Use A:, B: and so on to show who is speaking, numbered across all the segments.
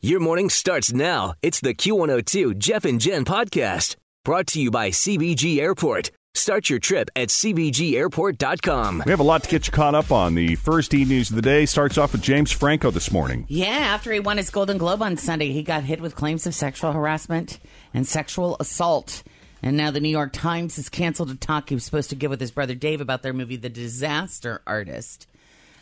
A: Your morning starts now. It's the Q102 Jeff and Jen podcast brought to you by CBG Airport. Start your trip at CBGAirport.com.
B: We have a lot to get you caught up on. The first e news of the day starts off with James Franco this morning.
C: Yeah, after he won his Golden Globe on Sunday, he got hit with claims of sexual harassment and sexual assault. And now the New York Times has canceled a talk he was supposed to give with his brother Dave about their movie The Disaster Artist.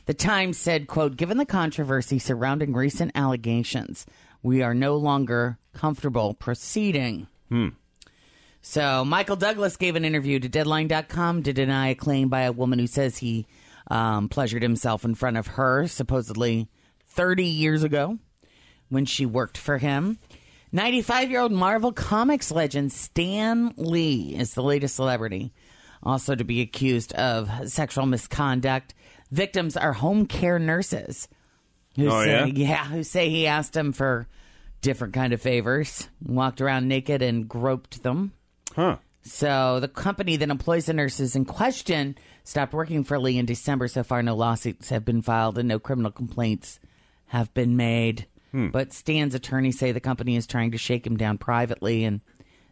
C: The Times said, quote, given the controversy surrounding recent allegations, we are no longer comfortable proceeding. So Michael Douglas gave an interview to Deadline.com to deny a claim by a woman who says he um, pleasured himself in front of her supposedly 30 years ago when she worked for him. 95 year old Marvel Comics legend Stan Lee is the latest celebrity also to be accused of sexual misconduct. Victims are home care nurses who
B: Oh,
C: say,
B: yeah?
C: who say he asked them for different kind of favors, walked around naked and groped them.
B: Huh.
C: So the company that employs the nurses in question stopped working for Lee in December. So far, no lawsuits have been filed and no criminal complaints have been made. But Stan's attorneys say the company is trying to shake him down privately and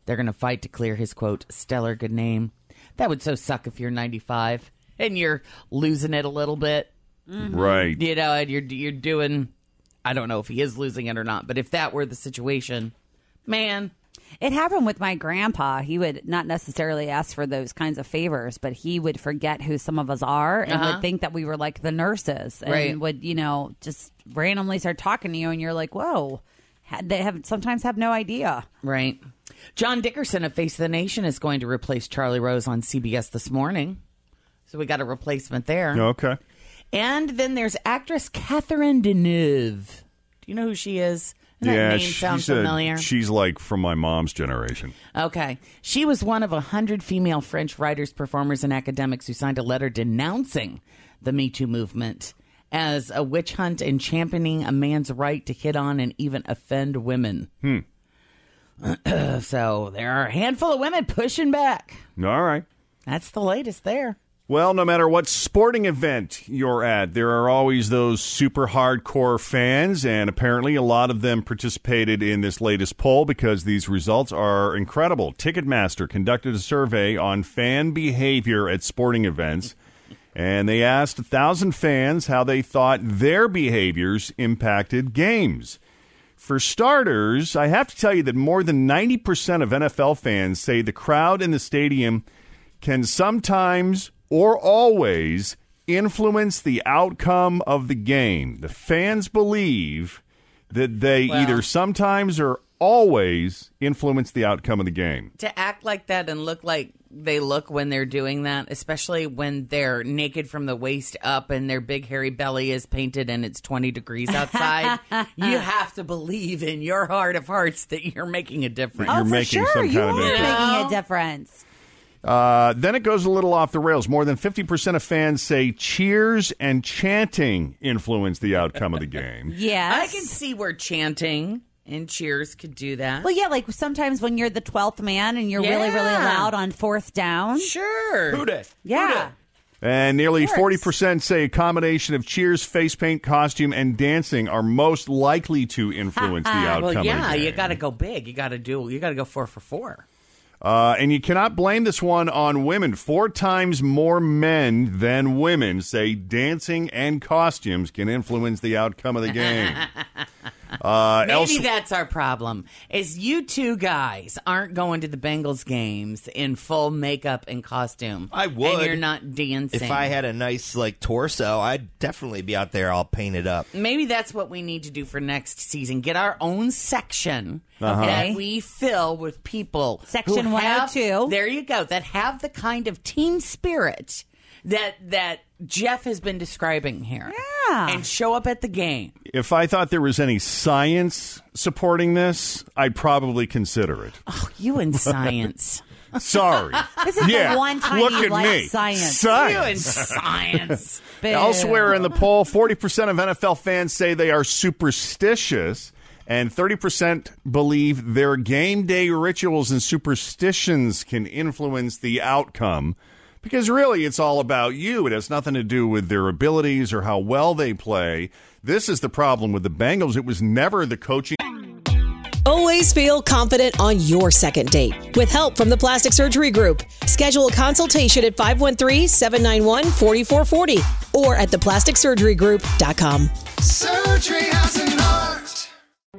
C: they're going to fight to clear his quote, stellar good name. That would so suck if you're 95 and you're losing it a little bit, Mm-hmm.
B: Right.
C: you know, and you're, you're doing, I don't know if he is losing it or not, but if that were the situation, man,
D: It happened with my grandpa. He would not necessarily ask for those kinds of favors, but he would forget who some of us are and would think that we were like the nurses and
C: Uh-huh. Right.
D: would, you know, just randomly start talking to you and you're like, whoa. Ha- They have sometimes have no idea.
C: Right. John Dickerson of Face of the Nation is going to replace Charlie Rose on CBS this morning. So we got a replacement there.
B: Okay.
C: And then there's actress Catherine Deneuve. Do you know who she is? Doesn't
B: yeah,
C: that name sound
B: she's, a-
C: familiar?
B: she's like from my mom's generation.
C: okay. She was one of a 100 female French writers, performers, and academics who signed a letter denouncing the Me Too movement as a witch hunt and championing a man's right to hit on and even offend women. so there are a handful of women pushing back.
B: All right.
C: That's the latest there.
B: Well, no matter what sporting event you're at, there are always those super hardcore fans, and apparently a lot of them participated in this latest poll because these results are incredible. Ticketmaster conducted a survey on fan behavior at sporting events, and they asked 1,000 fans how they thought their behaviors impacted games. For starters, I have to tell you that more than 90% of NFL fans say the crowd in the stadium can sometimes or always influence the outcome of the game. The fans believe that they either sometimes or always influence the outcome of the game.
C: To act like that and look like they look when they're doing that, especially when they're naked from the waist up and their big hairy belly is painted and it's 20 degrees outside, you have to believe in your heart of hearts that you're making a difference.
B: You're
D: oh, for
B: making
D: sure,
B: some
D: you
B: kind of
D: are
B: difference.
D: making a difference.
B: Uh, then it goes a little off the rails. More than 50% of fans say cheers and chanting influence the outcome of the game.
D: Yes,
C: I can see where chanting and cheers could do that.
D: Well, yeah, like sometimes when you're the twelfth man and you're really, really
C: Yeah.
D: loud on fourth down.
C: sure.
D: Yeah,
B: And nearly
D: Of
B: forty
D: course.
B: percent say a combination of cheers, face paint, costume, and dancing are most likely to influence the outcome.
C: Well,
B: of
C: yeah,
B: the
C: you
B: game.
C: got to go big. You got to do, you got to go four for four.
B: Uh, and you cannot blame this one on women. Four times more men than women say dancing and costumes can influence the outcome of the game. uh,
C: Maybe
B: else-
C: that's our problem. Is you two guys aren't going to the Bengals games in full makeup and costume.
E: I would.
C: And you're not dancing.
E: If I had a nice like torso, I'd definitely be out there all painted up.
C: Maybe that's what we need to do for next season. Get our own section
E: Uh-huh.
D: Okay.
C: that we fill with people.
D: Section
C: who have-
D: 102.
C: There you go. That have the kind of team spirit that that Jeff has been describing here.
D: Yeah.
C: And show up at the game.
B: If I thought there was any science supporting this, I'd probably consider it.
C: You and science.
B: Sorry.
D: This is the
B: yeah.
D: one time
B: Look
D: you
B: at
D: like
B: me.
D: science.
C: you and
B: Science.
C: science.
B: Elsewhere in the poll, 40% of NFL fans say they are superstitious, and 30% believe their game day rituals and superstitions can influence the outcome. Because really, it's all about you. It has nothing to do with their abilities or how well they play. This is the problem with the Bengals. It was never the coaching.
F: Always feel confident on your second date. With help from the Plastic Surgery Group, schedule a consultation at 513 791 4440 or at theplasticsurgerygroup.com.
G: Surgery has an art.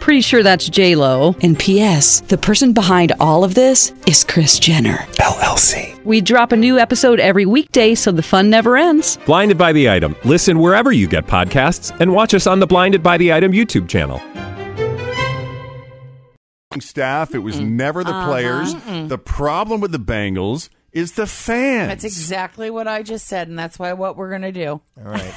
H: Pretty sure that's J Lo.
F: And P.S. The person behind all of this is Chris Jenner.
I: LLC.
H: We drop a new episode every weekday, so the fun never ends.
I: Blinded by the item. Listen wherever you get podcasts, and watch us on the Blinded by the Item YouTube channel.
B: staff. It was never the players. The problem with the Bengals is the fans.
C: That's exactly what I just said, and that's why what we're going to do.
E: All right.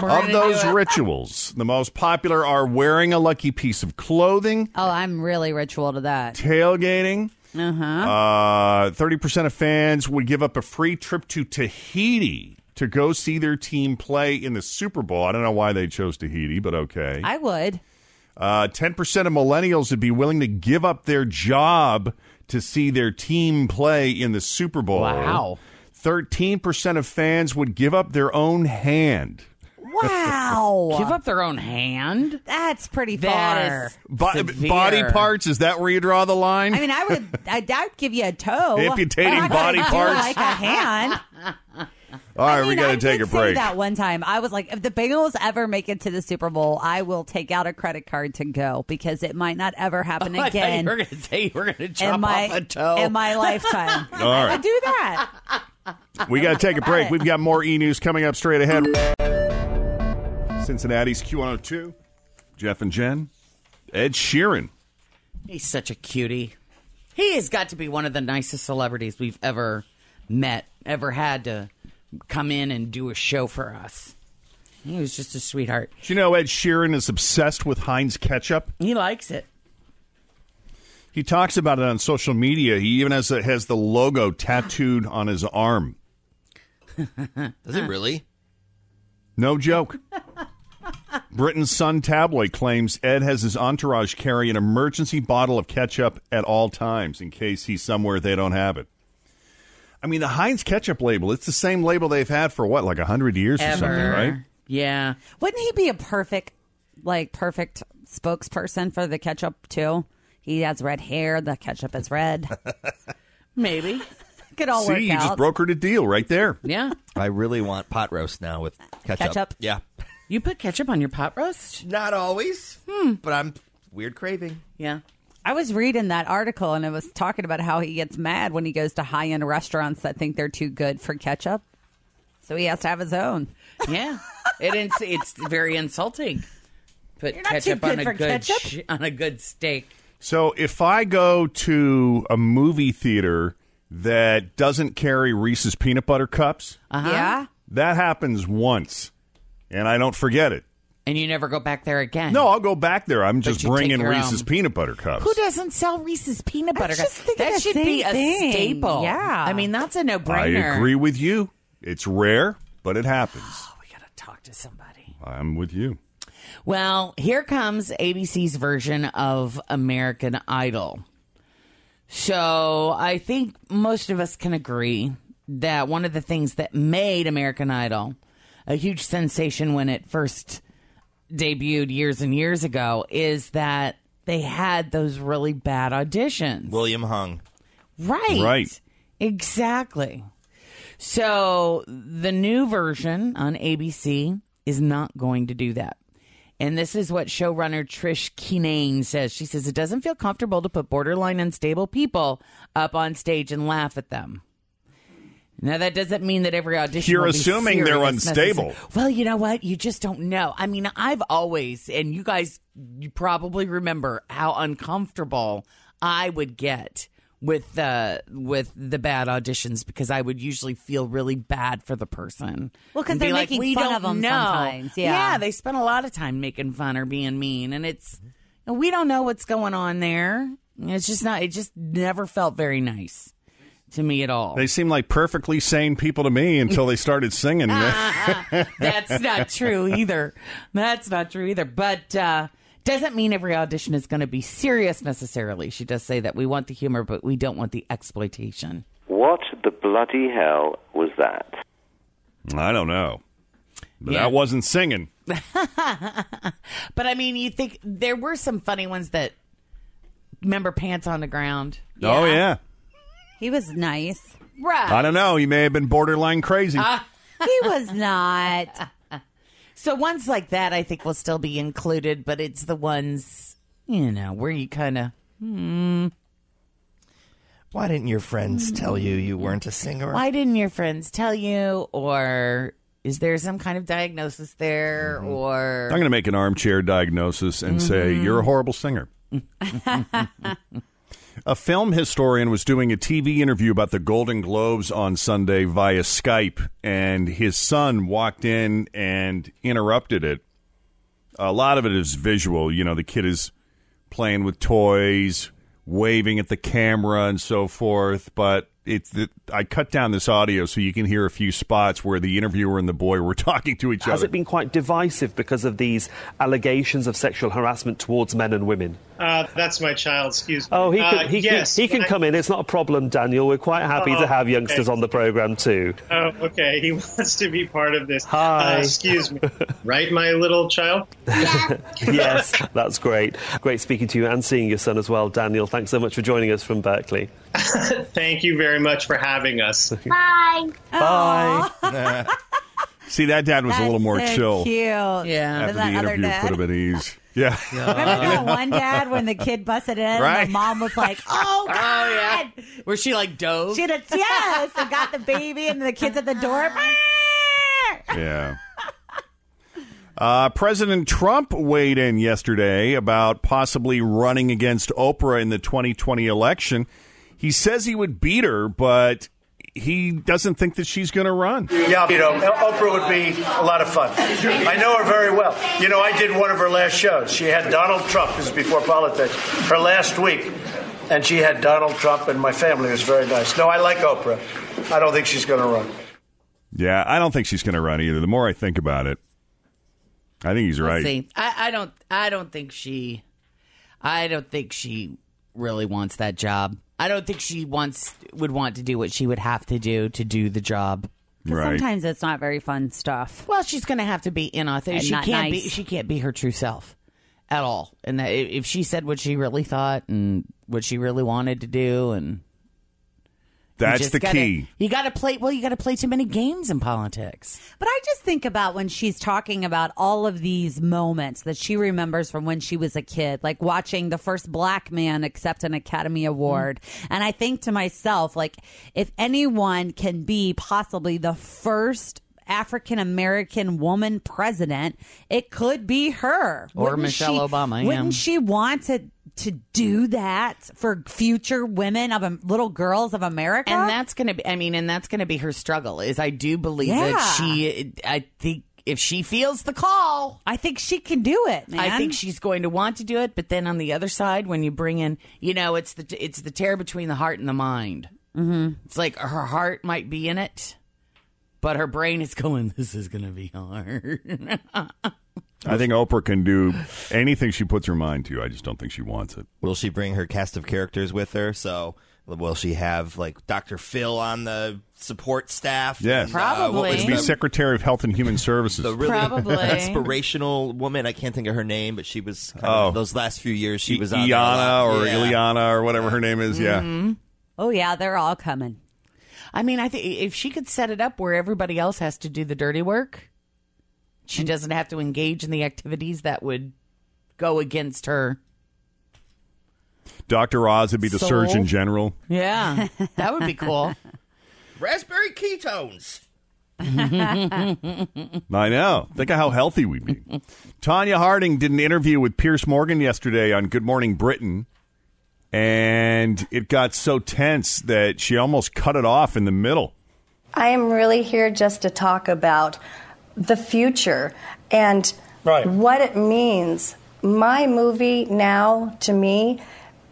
C: We're
B: of
C: gonna
B: those
C: do it.
B: rituals, the most popular are wearing a lucky piece of clothing,
D: Oh, I'm really ritual to that.
B: tailgating. Uh-huh. 30% of fans would give up a free trip to Tahiti to go see their team play in the Super Bowl. I don't know why they chose Tahiti, but okay.
D: I would.
B: Uh, 10% of millennials would be willing to give up their job to see their team play in the Super Bowl.
C: Wow.
B: 13% of fans would give up their own hand.
D: Wow.
C: Give up their own hand.
D: That's pretty far.
C: That is
B: Bo-
C: severe.
B: body parts, is that where you draw the line?
D: I mean, I would, I'd, I'd give you a toe.
B: Amputating
D: I'm not gonna
B: body
D: do
B: parts.
D: Like a hand.
B: All right,
D: I
B: we
D: mean,
B: got
D: I
B: to take
D: did
B: a
D: say
B: break.
D: That one time, I was like, if the Bengals ever make it to the Super Bowl, I will take out a credit card to go because it might not ever happen
C: I thought
D: again
C: you were going to say you were going to chop
D: in my
C: off a toe.
D: in my lifetime.
B: All
D: I
B: right,
D: do that.
B: we got to take a break. We've got more e news coming up straight ahead. Cincinnati's Q102. Jeff and Jen. Ed Sheeran.
C: He's such a cutie. He has got to be one of the nicest celebrities we've ever met, ever had to come in and do a show for us. He was just a sweetheart.
B: Do you know Ed Sheeran is obsessed with Heinz ketchup?
C: He likes it.
B: He talks about it on social media. He even has a, has the logo tattooed on his arm.
E: Does it really?
B: No joke. Britain's Sun tabloid claims Ed has his entourage carry an emergency bottle of ketchup at all times in case he's somewhere they don't have it. I mean, the Heinz ketchup label, it's the same label they've had for what, like 100 years or something,
C: Ever.
B: right?
C: Yeah.
D: Wouldn't he be a perfect, like perfect spokesperson for the ketchup too? He has red hair. The ketchup is red.
C: Maybe.
D: Could all work
B: See, you
D: out.
B: just brokered a deal right there.
C: Yeah.
E: I really want pot roast now with ketchup.
D: Ketchup?
E: Yeah.
C: You put ketchup on your pot roast?
E: Not always, but I'm weird craving.
C: Yeah.
D: I was reading that article and it was talking about how he gets mad when he goes to high end restaurants that think they're too good for ketchup. So he has to have his own.
C: Yeah. It ins- it's very insulting. Put
D: not too
C: ketchup on
D: good
C: a
D: for
C: good
D: ketchup.
C: sh- on a good steak.
B: So if I go to a movie theater that doesn't carry Reese's peanut butter cups,
D: Yeah.
B: that happens once, and I don't forget it.
C: And you never go back there again.
B: No, I'll go back there. I'm just
C: you take
B: bringing
C: your
B: Reese's
C: own.
B: peanut butter cups.
C: Who doesn't sell Reese's peanut butter?
D: just
C: cups?
D: thinking
C: that
D: the
C: should be
D: same
C: a
D: thing.
C: staple.
D: Yeah.
C: I mean that's a
B: I
C: no-brainer.
B: agree with you. It's rare, but it happens.
C: We gotta talk to somebody.
B: I'm with you.
C: Well, here comes ABC's version of American Idol. So I think most of us can agree that one of the things that made American Idol a huge sensation when it first debuted years and years ago is that they had those really bad auditions.
E: William Hung.
C: Right.
B: Right.
C: Exactly. So the new version on ABC is not going to do that. And this is what showrunner Trish Keenane says. She says it doesn't feel comfortable to put borderline unstable people up on stage and laugh at them. Now that doesn't mean that every audition.
B: You're
C: will be
B: assuming they're
C: serious
B: unstable.
C: necessarily. Well, you know what? You just don't know. I mean, I've always, and you guys, you probably remember how uncomfortable I would get with the with the bad auditions because I would usually feel really bad for the person.
D: Well, 'cause
C: And be
D: they're
C: like,
D: making
C: "We
D: fun
C: don't
D: of 'em
C: know."
D: sometimes, yeah.
C: yeah, they spend a lot of time making fun or being mean, and it's and we don't know what's going on there. It's just not. It just never felt very nice to me at all.
B: They seem like perfectly sane people to me until they started singing.
C: That's not true either. That's not true either. But uh, doesn't mean every audition is going to be serious necessarily. She does say that we want the humor, but we don't want the exploitation.
J: What the bloody hell was that?
B: I don't know. But
C: Yeah.
B: that wasn't singing.
C: But I mean, you think there were some funny ones that remember pants on the ground.
B: Oh, yeah.
D: He was nice.
C: Right.
B: I don't know. He may have been borderline crazy.
C: Oh,
D: he was not.
C: So ones like that, I think, will still be included, but it's the ones you know where you kind of. Hmm.
E: Why didn't your friends tell you you weren't a singer?
C: Why didn't your friends tell you? Or is there some kind of diagnosis there? Or
B: I'm going to make an armchair diagnosis and say,
C: Mhm.
B: you're a horrible singer. A film historian was doing a TV interview about the Golden Globes on Sunday via Skype, and his son walked in and interrupted it. A lot of it is visual. You know, the kid is playing with toys, waving at the camera, and so forth. But it's it, I cut down this audio so you can hear a few spots where the interviewer and the boy were talking to each
K: Has
B: other.
K: it been quite divisive because of these allegations of sexual harassment towards men and women?
L: Uh, that's my child. Excuse me.
K: Oh, he can,
L: Uh,
K: he, he-
L: yes,
K: he, can
L: I-
K: come in. It's not a problem, Daniel. We're quite happy
L: Oh,
K: to have
L: okay.
K: youngsters on the program too.
L: Oh, okay. He wants to be part of this.
K: Hi.
L: Uh, excuse me. right, my little child.
K: yes, that's great. Great speaking to you and seeing your son as well, Daniel. Thanks so much for joining us from Berkeley.
L: Thank you very much for having us.
M: Bye.
K: Bye.
B: See, that dad was a little more chill.
D: Cute. Yeah.
B: After the
D: that other
B: interview put
D: dad.
B: him at ease. Yeah.
D: Remember that one dad when the kid busted in
B: Right.
D: and the mom was like, oh, God.
C: where she like dove?
D: She did, yes, and got the baby and the kids at the door.
B: Yeah. Uh, President Trump weighed in yesterday about possibly running against Oprah in the 2020 election. He says he would beat her, but he doesn't think that she's going to run.
N: Yeah, you know, Oprah would be a lot of fun. I know her very well. You know, I did one of her last shows. She had Donald Trump, this is before politics, her last week. And she had Donald Trump and my family. It was very nice. No, I like Oprah. I don't think she's going to run.
B: Yeah, I don't think she's going to run either. The more I think about it, I think he's right.
C: See, I, I don't. I don't think she. I don't think she really wants that job. I don't think she wants would want to do what she would have to do to do the job.
D: Sometimes it's not very fun stuff.
C: Well, she's going to have to be inauthentic.
D: And
C: she
D: not
C: can't be.
D: nice.
C: She can't be her true self at all. And that i- if she said what she really thought and what she really wanted to do, and you
B: That's
C: just
B: the
C: gotta-
B: key.
C: You got to play. Well, you got to play too many games in politics.
D: But I just think about when she's talking about all of these moments that she remembers from when she was a kid, like watching the first black man accept an
C: Mm.
D: Academy Award. And I think to myself, like, if anyone can be possibly the first African American woman president, it could be her.
C: Or Michelle Obama, yeah.
D: Wouldn't she want to? To do that for future women of um, little girls of America,
C: And that's going to be, I mean, and that's going to be her struggle is I do believe that
D: Yeah.
C: she, I think if she feels the call,
D: I think she can do it,
C: I
D: man.
C: think she's going to want to do it. But then on the other side, when you bring in, you know, it's the, it's the tear between the heart and the mind. Mm-hmm. It's like her heart might be in it, but her brain is going, this is going to be hard.
B: I think Oprah can do anything she puts her mind to. I just don't think she wants it.
E: Will she bring her cast of characters with her? So will she have like Dr. Phil on the support staff?
B: Yes.
E: And, uh, what was
B: She'd
E: the-
B: be Secretary of Health and Human Services.
E: the really inspirational woman. I can't think of her name, but she was kind of-
B: Oh.
E: those last few years she was on there a
B: Iana
E: lot.
B: or
E: Yeah. Mm-hmm.
B: Ileana or whatever her name is. Yeah.
D: Oh yeah, they're all coming.
C: I mean, I think if she could set it up where everybody else has to do the dirty work, she doesn't have to engage in the activities that would go against her.
B: Dr. Oz would be the
C: Soul.
B: Surgeon General.
C: Yeah, that would be cool.
E: raspberry ketones.
B: I know. Think of how healthy we'd be. Tanya Harding did an interview with Pierce Morgan yesterday on Good Morning Britain, and it got so tense that she almost cut it off in the middle.
M: I am really here just to talk about the future and what it means. My movie now, to me,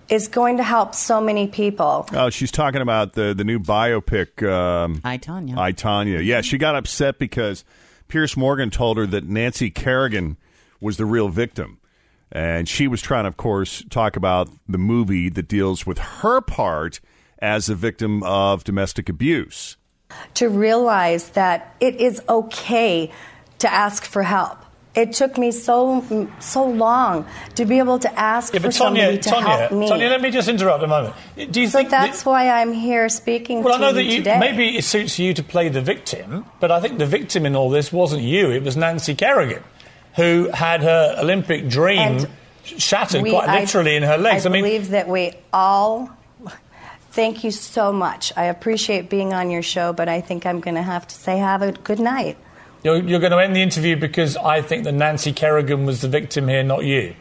M: is going to help so many people.
B: Oh, she's talking about the the new biopic. Um,
C: I Tanya.
B: I Tanya. Yeah, she got upset because Pierce Morgan told her that Nancy Kerrigan was the real victim, and she was trying, to, of course, talk about the movie that deals with her part as a victim of domestic abuse.
M: to realize that it is okay to ask for help. It took me so so long to be able to ask
O: Yeah,
M: for
O: but Tonya,
M: somebody to
O: Tonya,
M: help me.
O: Tonya, let me just interrupt a moment. Do you
M: so
O: think
M: that's why I'm here speaking
O: Well, I
M: to
O: know that
M: you
O: you,
M: today.
O: maybe it suits you to play the victim, but I think the victim in all this wasn't you. It was Nancy Kerrigan, who had her Olympic dream shattered
M: We-
O: quite literally
M: I,
O: in her legs.
M: I,
O: I, mean,
M: believe that we all. Thank you so much. I appreciate being on your show, but I think I'm going to have to say have a good night.
O: you're, you're going to end the interview because I think that Nancy Kerrigan was the victim here, not you.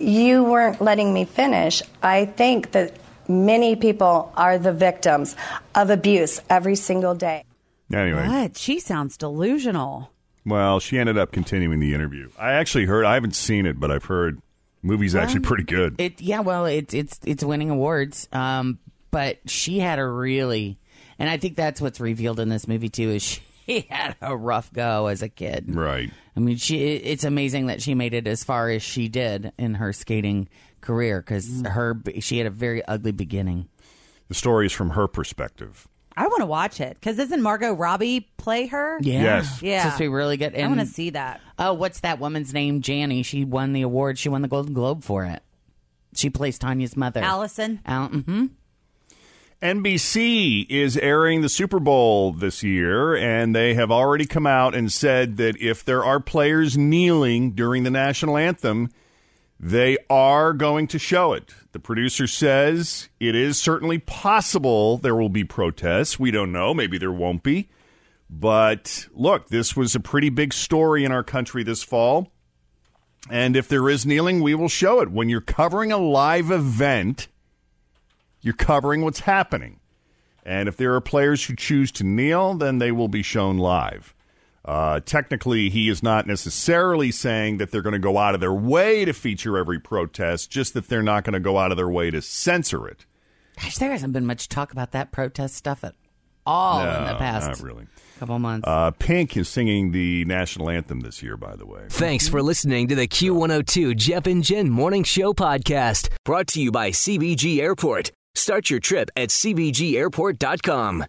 M: you weren't letting me finish. I think that many people are the victims of abuse every single day.
B: Anyway,
D: What? She sounds delusional.
B: well, she ended up continuing the interview. I actually heard. I haven't seen it, but I've heard the movie's
C: Well,
B: actually pretty good.
C: It yeah, well, it's it's it's winning awards. Um, but she had a really, and I think that's what's revealed in this movie too is she had a rough go as a kid.
B: Right.
C: I mean, she it- it's amazing that she made it as far as she did in her skating career because
B: Mm.
C: her she had a very ugly beginning.
B: The story is from her perspective.
D: I want to watch it because doesn't Margot Robbie play her?
C: Yeah.
B: Yes.
D: Yeah.
C: It's supposed to be really good.
D: I want to see that.
C: Oh, what's that woman's name? Janny. She won the award. She won the Golden Globe for it. She plays Tanya's mother.
D: Allison.
C: Al- hmm
B: NBC is airing the Super Bowl this year, and they have already come out and said that if there are players kneeling during the national anthem, they are going to show it. The producer says it is certainly possible there will be protests. We don't know. Maybe there won't be. But look, this was a pretty big story in our country this fall. And if there is kneeling, we will show it. When you're covering a live event, you're covering what's happening. And if there are players who choose to kneel, then they will be shown live. Uh, technically, he is not necessarily saying that they're going to go out of their way to feature every protest, just that they're not going to go out of their way to censor it.
C: Gosh, there hasn't been much talk about that protest stuff at all in the
B: No,
C: past
B: Not really.
C: couple months.
B: Uh, Pink is singing the national anthem this year, by the way.
A: Thanks for listening to the Q102 Jeff and Jen Morning Show podcast, brought to you by CBG Airport. Start your trip at CBGAirport.com.